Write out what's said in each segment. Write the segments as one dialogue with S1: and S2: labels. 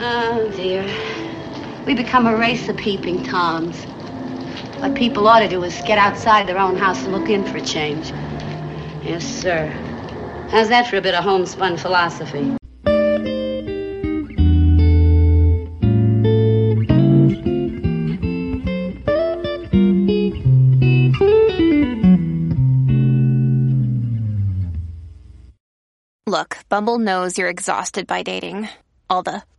S1: Oh, dear. We become a race of peeping toms. What people ought to do is get outside their own house and look in for a change. Yes, sir. How's that for a bit of homespun philosophy?
S2: Look, Bumble knows you're exhausted by dating. All the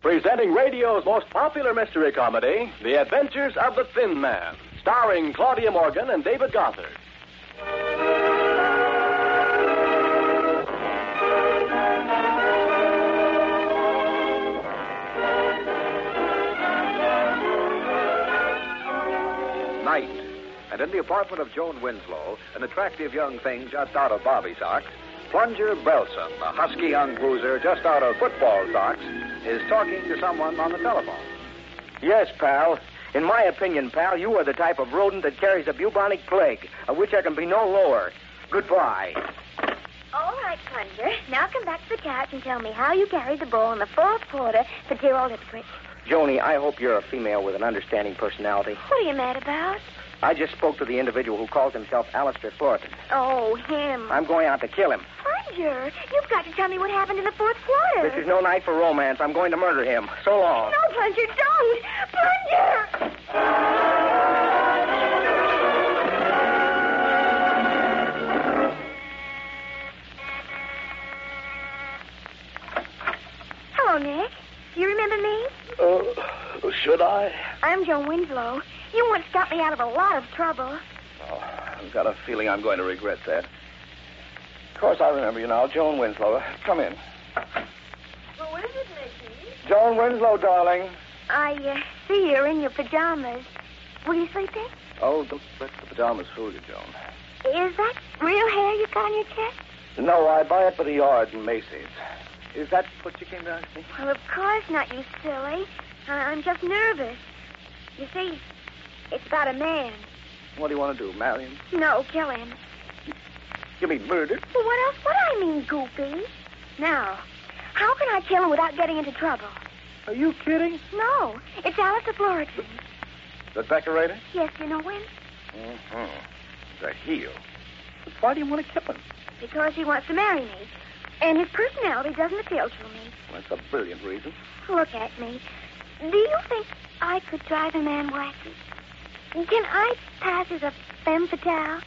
S3: Presenting radio's most popular mystery comedy, The Adventures of the Thin Man, starring Claudia Morgan and David Gothard. Night. And in the apartment of Joan Winslow, an attractive young thing just out of bobby socks, Plunger Belson, a husky young bruiser just out of football socks, is talking to someone on the telephone.
S4: Yes, pal. In my opinion, pal, you are the type of rodent that carries the bubonic plague, of which I can be no lower. Goodbye.
S5: All right, Plunger. Now come back to the couch and tell me how you carried the ball in the fourth quarter for dear old Ipswich.
S4: Joni, I hope you're a female with an understanding personality.
S5: What are you mad about?
S4: I just spoke to the individual who calls himself Alistair Thornton.
S5: Oh, him.
S4: I'm going out to kill him.
S5: Plunger, you've got to tell me what happened in the fourth quarter.
S4: This is no night for romance. I'm going to murder him. So long.
S5: No, Plunger, don't. Plunger! Hello, Nick. Do you remember me?
S6: Uh, should I?
S5: I'm Joan Winslow. You once got me out of a lot of trouble.
S6: Oh, I've got a feeling I'm going to regret that. Of course, I remember you now, Joan Winslow. Come in.
S5: Who is it, Nicky?
S6: Joan Winslow, darling.
S5: I uh, see you're in your pajamas. Were you sleeping?
S6: Oh, don't let the pajamas fool you, Joan.
S5: Is that real hair you got on your chest?
S6: No, I buy it by the yard in Macy's. Is that what you came to ask me?
S5: Well, of course not, you silly. I- I'm just nervous. You see, it's about a man.
S6: What do you want to do, marry him?
S5: No, kill him.
S6: You mean murder?
S5: Well, what else would I mean, Goopy? Now, how can I kill him without getting into trouble?
S6: Are you kidding?
S5: No, it's Alice of Floriton.
S6: The decorator?
S5: Yes, you know when?
S6: Mm-hmm. The heel. But why do you want to kill him?
S5: Because he wants to marry me. And his personality doesn't appeal to me.
S6: Well, that's a brilliant reason.
S5: Look at me. Do you think I could drive a man wacky? Can I pass as a femme fatale?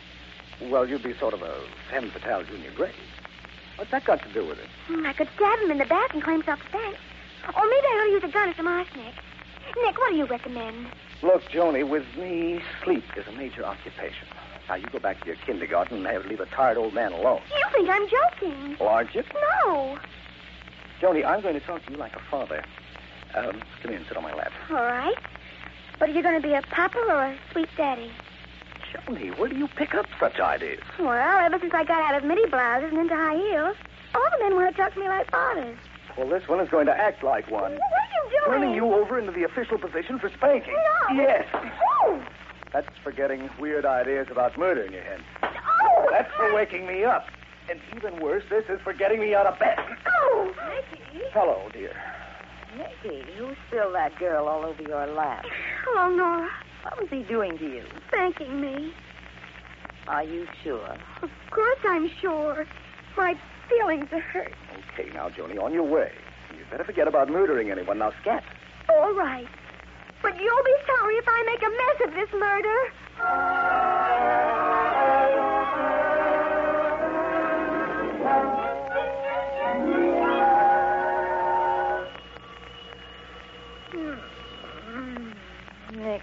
S6: Well, you'd be sort of a femme fatale junior grade. What's that got to do with it?
S5: Hmm, I could stab him in the back and claim self-defense. Or maybe I ought to use a gun or some arsenic. Nick, what do you recommend?
S6: Look, Joni, with me, sleep is a major occupation. Now, you go back to your kindergarten and have leave a tired old man alone.
S5: You think I'm joking?
S6: Well, aren't you?
S5: No.
S6: Joni, I'm going to talk to you like a father. Um, come here and sit on my lap.
S5: All right. But are you going to be a papa or a sweet daddy?
S6: Joni, where do you pick up such ideas?
S5: Well, ever since I got out of midi blouses and into high heels, all the men want to talk to me like fathers.
S6: Well, this one is going to act like
S5: What are
S6: one.
S5: you doing?
S6: Turning you over into the official position for spanking.
S5: No.
S6: Yes.
S5: Oh.
S6: That's for getting weird ideas about murder in your head.
S5: Oh.
S6: That's for waking me up. And even worse, this is for getting me out of bed.
S5: Oh.
S6: Hello, dear.
S7: Nicky, who spilled that girl all over your lap?
S5: Hello, Nora.
S7: Oh, What was he doing to you?
S5: Thanking me.
S7: Are you sure?
S5: Of course I'm sure. My feelings are hurt.
S6: Okay, now, Joni, on your way. You better forget about murdering anyone. Now, scat.
S5: All right. But you'll be sorry if I make a mess of this murder. Hmm.
S7: Nicky,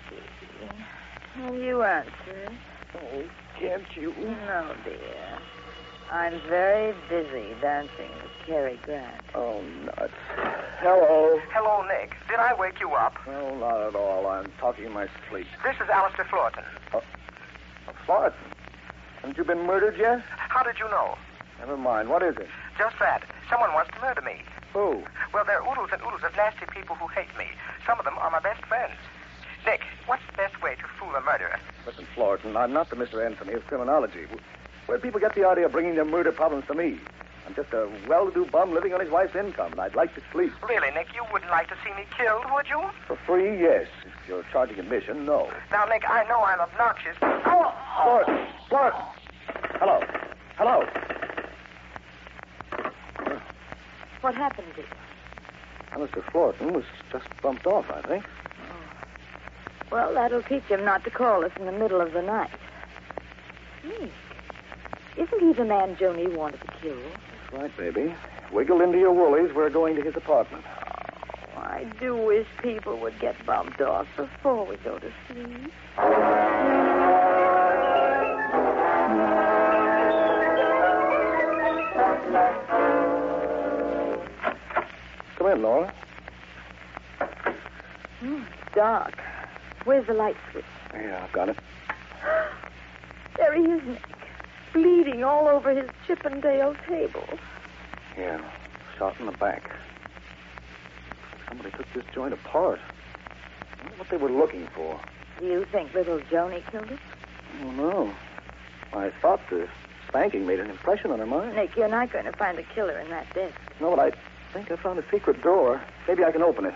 S7: will you answer?
S6: Oh, can't you?
S7: No, dear. I'm very busy dancing with Cary Grant.
S6: Oh, nuts. Hello.
S4: Hello, Nick. Did I wake you up?
S6: No, not at all. I'm talking in my sleep.
S4: This is Alistair Florton.
S6: Florence, haven't you been murdered yet?
S4: How did you know?
S6: Never mind. What is it?
S4: Just that. Someone wants to murder me.
S6: Who?
S4: Well, there are oodles and oodles of nasty people who hate me. Some of them are my best friends. Nick, what's the best way to fool a murderer?
S6: Listen, Florton, I'm not the Mr. Anthony of criminology. Where people get the idea of bringing their murder problems to me? I'm just a well-to-do bum living on his wife's income, and I'd like to sleep.
S4: Really, Nick, you wouldn't like to see me killed, would you?
S6: For free, yes. If you're charging admission, no.
S4: Now, Nick, I know I'm obnoxious. Oh,
S6: Florton, Florton. Hello. Hello.
S7: What happened to you?
S6: Now, Mr. Florton was just bumped off, I think.
S7: Well, that'll teach him not to call us in the middle of the night. Nick, isn't he the man Joni wanted to kill?
S6: That's right, baby. Wiggle into your woolies. We're going to his apartment.
S7: Oh, I do wish people would get bumped off before we go to sleep.
S6: Come in, Laura.
S7: Hmm, it's dark. Where's the light switch?
S6: Yeah, I've got it.
S7: There he is, Nick. Bleeding all over his Chippendale table.
S6: Yeah, shot in the back. Somebody took this joint apart. I wonder what they were looking for.
S7: Do you think little Joni killed him?
S6: Oh, no. I thought the spanking made an impression on her mind.
S7: Nick, you're not going to find a killer in that desk.
S6: No, but I think I found a secret door. Maybe I can open it.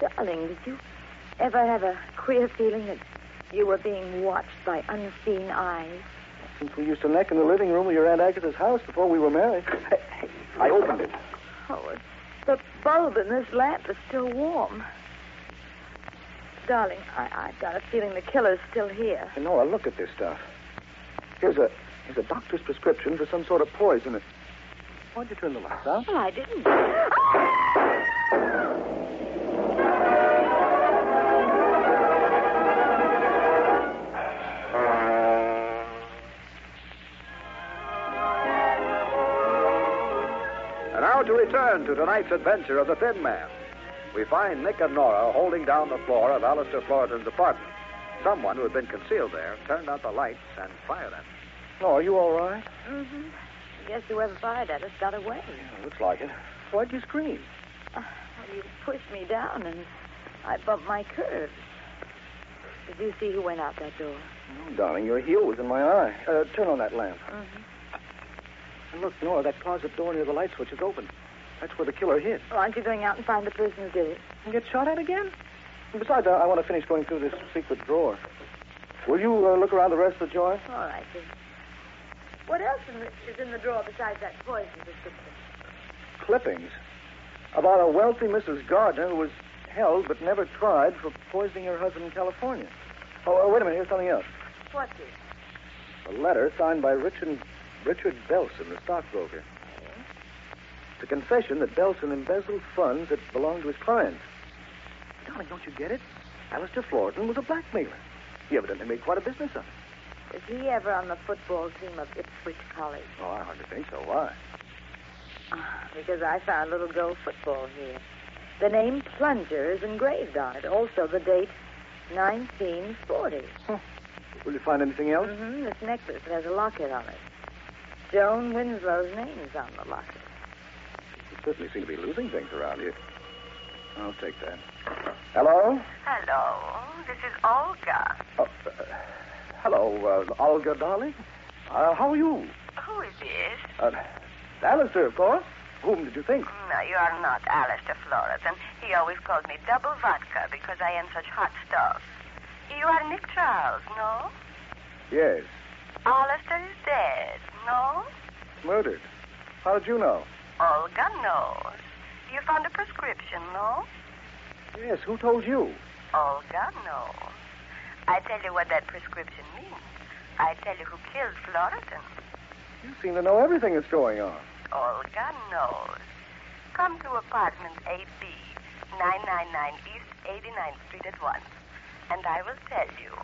S7: Darling, did you ever have a queer feeling that you were being watched by unseen eyes?
S6: Since we used to neck in the living room of your Aunt Agatha's house before we were married. Hey, hey, I opened it.
S7: Oh, the bulb in this lamp is still warm. Darling, I, I've got a feeling the killer's still here.
S6: Hey, Nora, look at this stuff. Here's a here's a doctor's prescription for some sort of poison. Why'd you turn the lights out?
S7: Well, I didn't.
S3: Uh, And now to return to tonight's adventure of the Thin Man. We find Nick and Nora holding down the floor of Alistair Florton's apartment. Someone who had been concealed there turned out the lights and fired at them.
S6: Nora, Oh, are you all right?
S7: Mm-hmm. Guess whoever fired at us got away.
S6: Yeah, looks like it. Why'd you scream?
S7: Uh, well, you pushed me down, and I bumped my curves. Did you see who went out that door?
S6: No, Oh, darling, your heel was in my eye. Uh, turn on that lamp.
S7: Mm-hmm.
S6: And look, Nora, that closet door near the light switch is open. That's where the killer hid.
S7: Well, Oh, aren't you going out and find the person who did it?
S6: And get shot at again? And besides, I, I want to finish going through this secret drawer. Will you uh, look around the rest of the joint?
S7: All right, then. What else in the, is in the drawer besides that poison prescription?
S6: Clippings. About a wealthy Mrs. Gardner who was held but never tried for poisoning her husband in California. Oh, uh, wait a minute. Here's something else.
S7: What's it?
S6: A letter signed by Richard, Richard Belson, the stockbroker. It's a confession that Belson embezzled funds that belonged to his clients. Darling, don't you get it? Alistair Florton was a blackmailer. He evidently made quite a business of it.
S7: Was he ever on the football team of Ipswich College?
S6: Oh, I hardly think so. Why?
S7: Ah, Because I found little girl football here. The name Plunger is engraved on it. Also, the date 1940.
S6: Will you find anything else?
S7: Mm-hmm. This necklace has a locket on it. Joan Winslow's name is on the locket.
S6: You certainly seem to be losing things around here. I'll take that. Hello?
S8: Hello, this is Olga.
S6: Oh, uh, hello, uh, Olga, darling. Uh, how are you?
S8: Who is this?
S6: Uh, Alistair, of course. Whom did you think?
S8: No, you are not Alistair Floriton. He always calls me Double Vodka because I am such hot stuff. You are Nick Charles, no?
S6: Yes,
S8: Alistair is dead, no?
S6: murdered. How did you know?
S8: Olga knows. You found a prescription, no?
S6: Yes, who told you?
S8: Olga knows. I tell you what that prescription means. I tell you who killed Floriton.
S6: You seem to know everything that's going on.
S8: Olga knows. Come to apartment 8B, 999 East 89th Street at once, and I will tell you.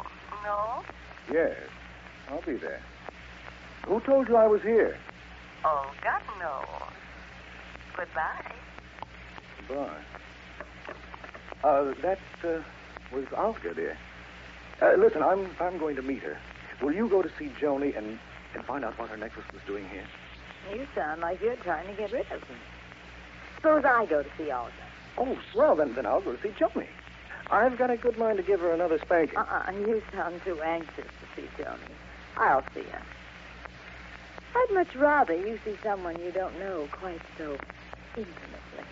S8: No?
S6: Yes, I'll be there. Who told you I was here?
S8: Olga knows. Goodbye.
S9: Goodbye. Uh, that uh, was Olga, dear. Uh, listen, I'm I'm going to meet her. Will you go to see Joni and and find out what her necklace was doing here?
S7: You sound like you're trying to get rid of me. Suppose I go to see Olga.
S9: Oh, well, then then I'll go to see Joni. I've got a good mind to give her another spanking.
S7: Uh-uh, you sound too anxious to see Joni. I'll see her. I'd much rather you see someone you don't know quite so intimately.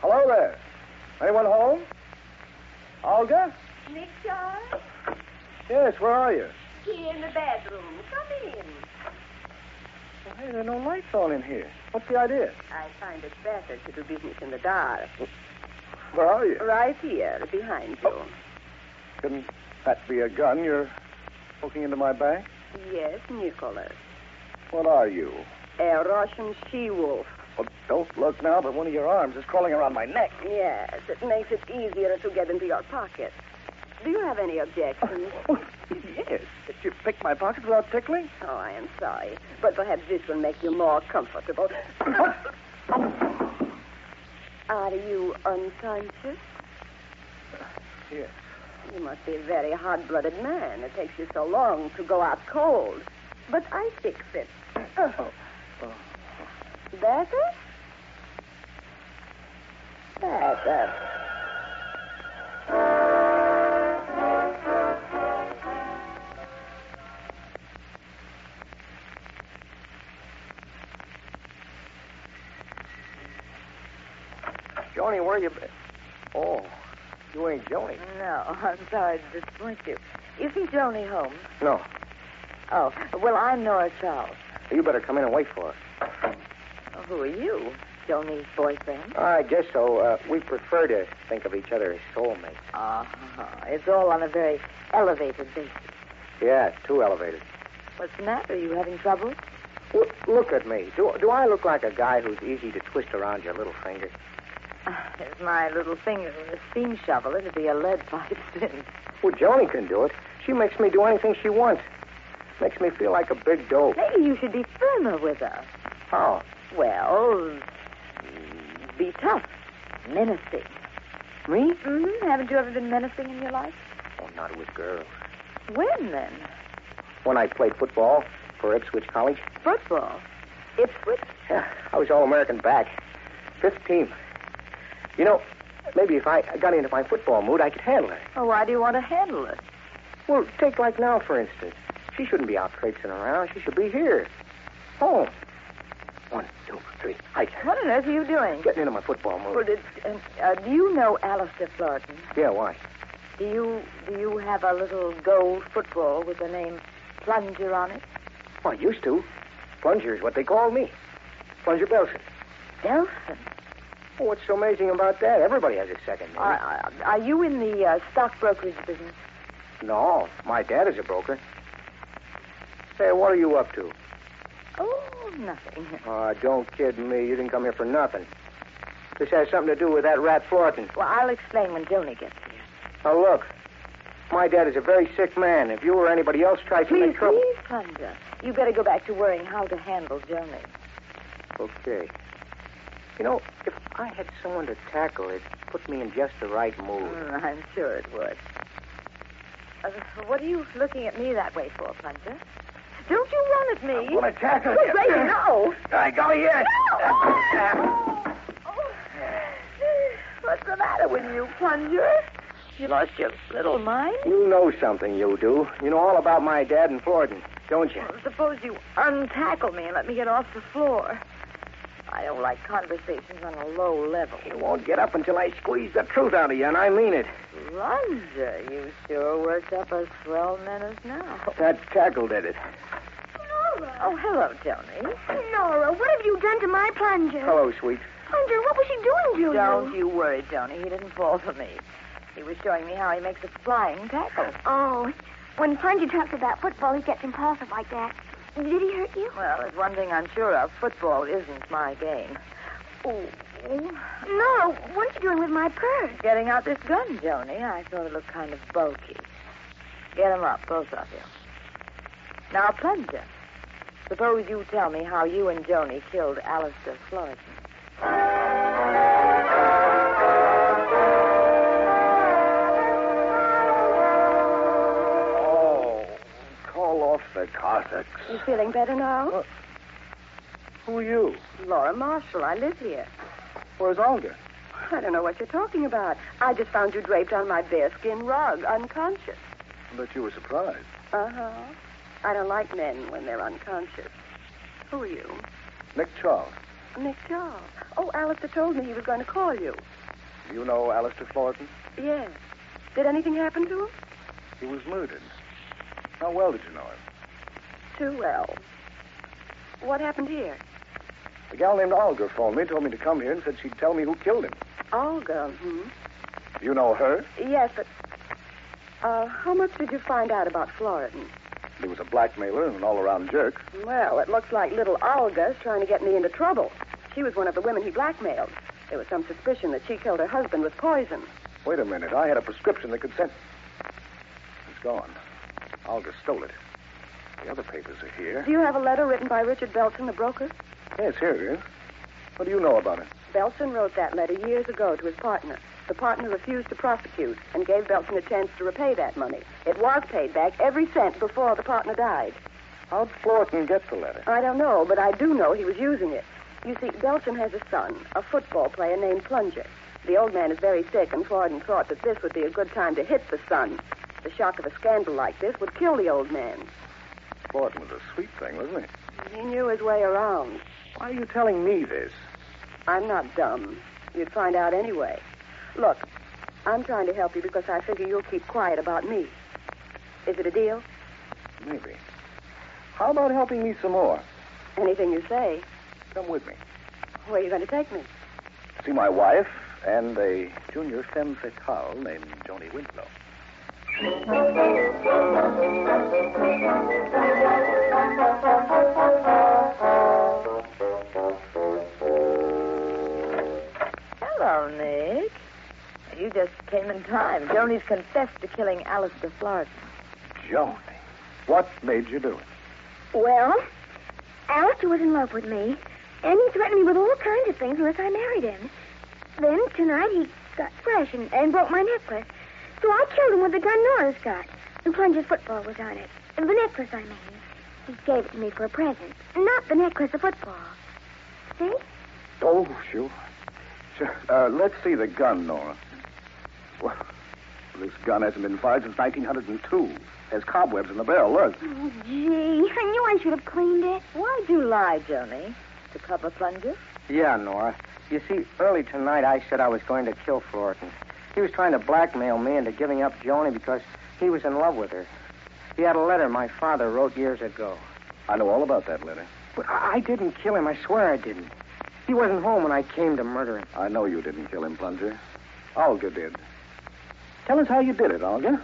S9: Hello there. Anyone home? Olga?
S8: Richard,
S9: Yes, where are you?
S8: here in the bedroom. Come in.
S9: Well, hey, there are no lights on in here. What's the idea?
S8: I find it better to do business in the dark.
S9: Where are you?
S8: Right here, behind you.
S9: Couldn't that be a gun you're poking into my back?
S8: Yes, Nicholas.
S9: What are you?
S8: A Russian she-wolf.
S9: Well, don't look now, but one of your arms is crawling around my neck.
S8: Yes, it makes it easier to get into your pocket. Do you have any objections?
S6: Oh,
S9: yes. Did you pick my pocket without tickling?
S8: Oh, I am sorry, but perhaps this will make you more comfortable. Are you unconscious?
S9: Yes.
S8: You must be a very hard-blooded man. It takes you so long to go out cold. But I fix it.
S9: Oh,
S8: Better? Better.
S9: Joni, where you been? Oh, you ain't Joni.
S7: No, I'm sorry to disappoint you. Isn't Joni home?
S9: No.
S7: Oh, well, I'm Nora Charles.
S9: You better come in and wait for her.
S7: Oh, who are you? Joni's boyfriend?
S6: I guess so. Uh, we prefer to think of each other as soulmates.
S7: Uh-huh. It's all on a very elevated basis.
S6: Yeah, too elevated.
S7: What's the matter? Are you having trouble?
S6: W- look at me. Do, do I look like a guy who's easy to twist around your little finger?
S7: If my little finger were a steam shovel, it'd be a lead pipe then.
S6: Well, Joni can do it. She makes me do anything she wants. Makes me feel like a big dope.
S7: Maybe you should be firmer with her.
S9: Oh.
S6: How?
S7: Well, be tough. Menacing.
S6: Me?
S7: Mm-hmm. Haven't you ever been menacing in your life?
S6: Oh, not with girls.
S7: When, then?
S6: When I played football for Ipswich College,
S7: Football. Ipswich?
S6: yeah, I was All American back. Fifth team. You know, maybe if I got into my football mood, I could handle her.
S7: Well, why do you want to handle it?
S6: Well, take like now, for instance. She shouldn't be out traipsing around. She should be here. Home. One, two, three. I
S7: What on earth are you doing?
S6: getting into my football
S7: Well,
S6: mood.
S7: did, uh, uh, do you know Alistair Florton?
S6: Yeah, why?
S7: Do you do you have a little gold football with the name Plunger on it?
S6: Well, I used to. Plunger is what they call me. Plunger Belson.
S7: Delphin.
S6: Oh, what's so amazing about that? Everybody has a second name.
S7: Are, are, Uh, are you in the uh, stock brokerage business?
S6: No, my dad is a broker. Say, what are you up to?
S7: Oh, nothing.
S6: Oh, don't kid me. You didn't come here for nothing. This has something to do with that rat Florton.
S7: Well, I'll explain when Joni gets here.
S6: Now, look. My dad is a very sick man. If you or anybody else tries to
S7: Please,
S6: make trouble...
S7: please, Plunger. You better go back to worrying how to handle Joni.
S6: Okay. You know, if I had someone to tackle, it put me in just the right mood.
S7: Mm, I'm sure it would. Uh, what are you looking at me that way for, Plunger? Don't you run at me.
S9: to tackle
S7: Good gravy, no.
S9: I go yet.
S7: Uh. No! What's the matter with you, Plunger? You lost your little mind?
S6: You know something, you do. You know all about my dad and Florton, don't you?
S7: Well, suppose you untackle me and let me get off the floor. I don't like conversations on a low level.
S6: You won't get up until I squeeze the truth out of you, and I mean it.
S7: Plunger, you sure worked up a swell menace now.
S6: That tackle did it.
S7: Oh, hello, Joni.
S5: Nora, what have you done to my plunger?
S6: Hello, sweet.
S5: Plunger, what was he doing to
S7: Don't
S5: you?
S7: you worry, Joni. He didn't fall for me. He was showing me how he makes a flying tackle.
S5: Oh, when Plunger talks about football, he gets impulsive like that. Did he hurt you?
S7: Well, there's one thing I'm sure of. Football isn't my game. Oh,
S5: Nora, what are you doing with my purse?
S7: Getting out this gun, Joni, I thought it looked kind of bulky. Get 'em up, both of you. Now, Plunger, suppose you tell me how you and Joni killed Alistair Floyd.
S6: Oh, call off the Cossacks.
S7: You feeling better now?
S6: Who are you?
S7: Laura Marshall, I live here.
S6: Where's Olga?
S7: I don't know what you're talking about. I just found you draped on my bearskin rug, unconscious.
S6: I bet you were surprised.
S7: Uh huh. I don't like men when they're unconscious. Who are you?
S6: Nick Charles.
S7: Nick Charles. Oh, Alistair told me he was going to call you.
S6: Do you know Alistair Floyden?
S7: Yes. Did anything happen to him?
S6: He was murdered. How well did you know him?
S7: Too well. What happened here?
S6: A gal named Olga phoned me, told me to come here, and said she'd tell me who killed him.
S7: Olga. Hmm?
S6: You know her?
S7: Yes, but. Uh, how much did you find out about Floridan?
S6: He was a blackmailer and an all-around jerk.
S7: Well, it looks like little Olga's trying to get me into trouble. She was one of the women he blackmailed. There was some suspicion that she killed her husband with poison.
S6: Wait a minute. I had a prescription that could send. It's gone. Olga stole it. The other papers are here.
S7: Do you have a letter written by Richard Belson, the broker?
S6: Yes, here it is. What do you know about it?
S7: Belson wrote that letter years ago to his partner. The partner refused to prosecute and gave Belson a chance to repay that money. It was paid back every cent before the partner died.
S6: How'd Florton get the letter?
S7: I don't know, but I do know he was using it. You see, Belton has a son, a football player named Plunger. The old man is very sick, and Floridan thought that this would be a good time to hit the son. The shock of a scandal like this would kill the old man.
S6: Florton was a sweet thing, wasn't he?
S7: He knew his way around.
S6: Why are you telling me this?
S7: I'm not dumb. You'd find out anyway. Look, I'm trying to help you because I figure you'll keep quiet about me. Is it a deal?
S6: Maybe. How about helping me some more?
S7: Anything you say.
S6: Come with me.
S7: Where are you going to take me?
S6: See my wife and a junior femme fatale named Joni Winslow.
S7: Hello, Nick. You just came in time. Joni's confessed to killing Alistair Florida.
S6: Joni, what made you do it?
S5: Well, Alistair was in love with me, and he threatened me with all kinds of things unless I married him. Then tonight he got fresh and, and broke my necklace. So I killed him with the gun Nora's got. The plunger's football was on it. The necklace, I mean. He gave it to me for a present. Not the necklace, the football. See?
S6: Oh, sure. Sure. Uh, let's see the gun, Nora. Well, this gun hasn't been fired since 1902. There's cobwebs in the barrel. Look.
S5: Oh, gee. I knew I should have cleaned it.
S7: Why'd you lie, Joni? To cover Plunger?
S4: Yeah, Nora. You see, early tonight I said I was going to kill Florton. He was trying to blackmail me into giving up Joni because he was in love with her. He had a letter my father wrote years ago.
S6: I know all about that letter.
S4: But I I didn't kill him. I swear I didn't. He wasn't home when I came to murder him.
S6: I know you didn't kill him, Plunger. Olga did. Tell us how you did it, Olga.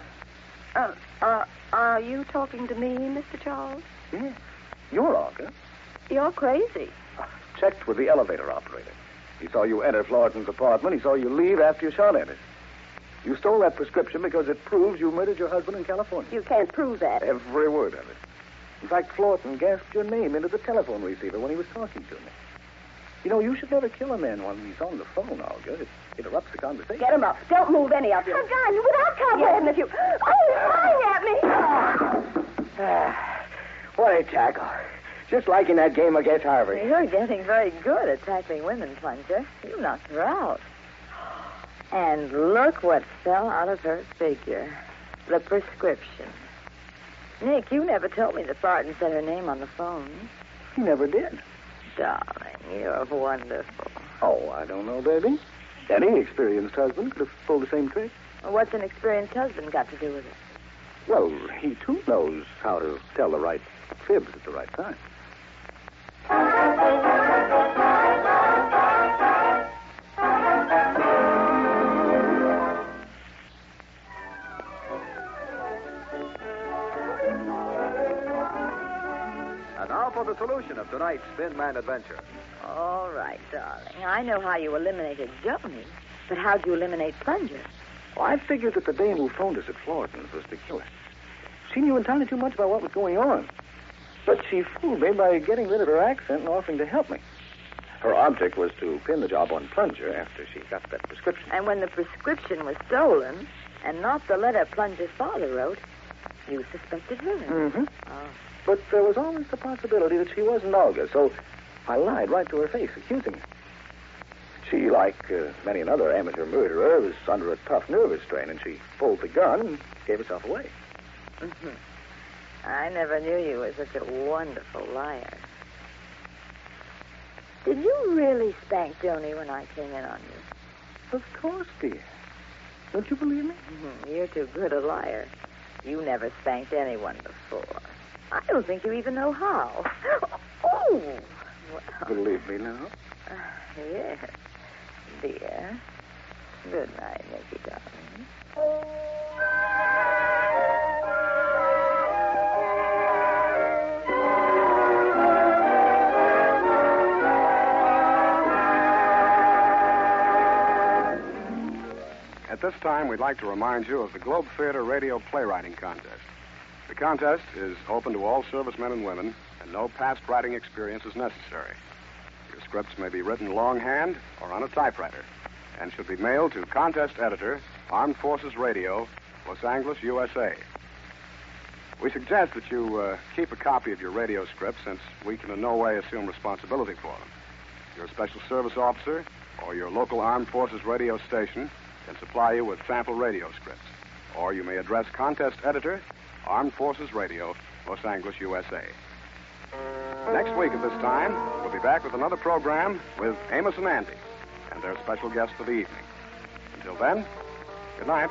S7: Uh, uh, are you talking to me, Mr. Charles?
S6: Yes. You're Olga.
S7: You're crazy.
S6: Checked with the elevator operator. He saw you enter Floridan's apartment. He saw you leave after you shot at it. You stole that prescription because it proves you murdered your husband in California.
S7: You can't prove that.
S6: Every word of it. In fact, Florton gasped your name into the telephone receiver when he was talking to me. You know, you should never kill a man while he's on the phone, Olga. It interrupts the conversation.
S7: Get him up. Don't move any of you.
S5: A gun without cobwebs.
S7: if you...
S5: Oh, he's flying at me.
S4: Ah, what a tackle. Just like in that game against Harvard.
S7: You're getting very good at tackling women, Plunger. You knocked her out. And look what fell out of her figure. The prescription. Nick, you never told me that Barton said her name on the phone.
S6: He never did.
S7: Darling, you're wonderful.
S6: Oh, I don't know, baby. Any experienced husband could have pulled the same trick.
S7: What's an experienced husband got to do with it?
S6: Well, he too knows how to tell the right fibs at the right time.
S3: And now for the solution of tonight's Thin Man adventure.
S7: All right, darling. I know how you eliminated Joni, but how'd you eliminate Plunger?
S6: Well, I figured that the dame who phoned us at Floridan's was the killer.
S10: She knew entirely too much about what was going on. But she fooled me by getting rid of her accent and offering to help me. Her object was to pin the job on Plunger after she got that prescription.
S7: And when the prescription was stolen, and not the letter Plunger's father wrote, you suspected her.
S10: Mm-hmm.
S7: Oh.
S10: But there was always the possibility that she wasn't Olga, so I lied right to her face, accusing her. She, like uh, many another amateur murderer, was under a tough nervous strain, and she pulled the gun and gave herself away.
S7: Mhm. I never knew you were such a wonderful liar. Did you really spank Joni when I came in on you?
S10: Of course, dear. Don't you believe me?
S7: Mhm. You're too good a liar. You never spanked anyone before. I don't think you even know how. Oh! Well,
S10: Believe me now.
S7: uh, yes, dear. Good night, Nicky darling.
S6: At this time, we'd like to remind you of the Globe Theater Radio Playwriting Contest. The contest is open to all servicemen and women, and no past writing experience is necessary. Your scripts may be written longhand or on a typewriter, and should be mailed to contest editor, Armed Forces Radio, Los Angeles, USA. We suggest that you uh, keep a copy of your radio script since we can in no way assume responsibility for them. Your special service officer or your local Armed Forces radio station can supply you with sample radio scripts. Or you may address contest editor, Armed Forces Radio, Los Angeles, USA. Next week at this time, we'll be back with another program with Amos and Andy and their special guest for the evening. Until then, good night.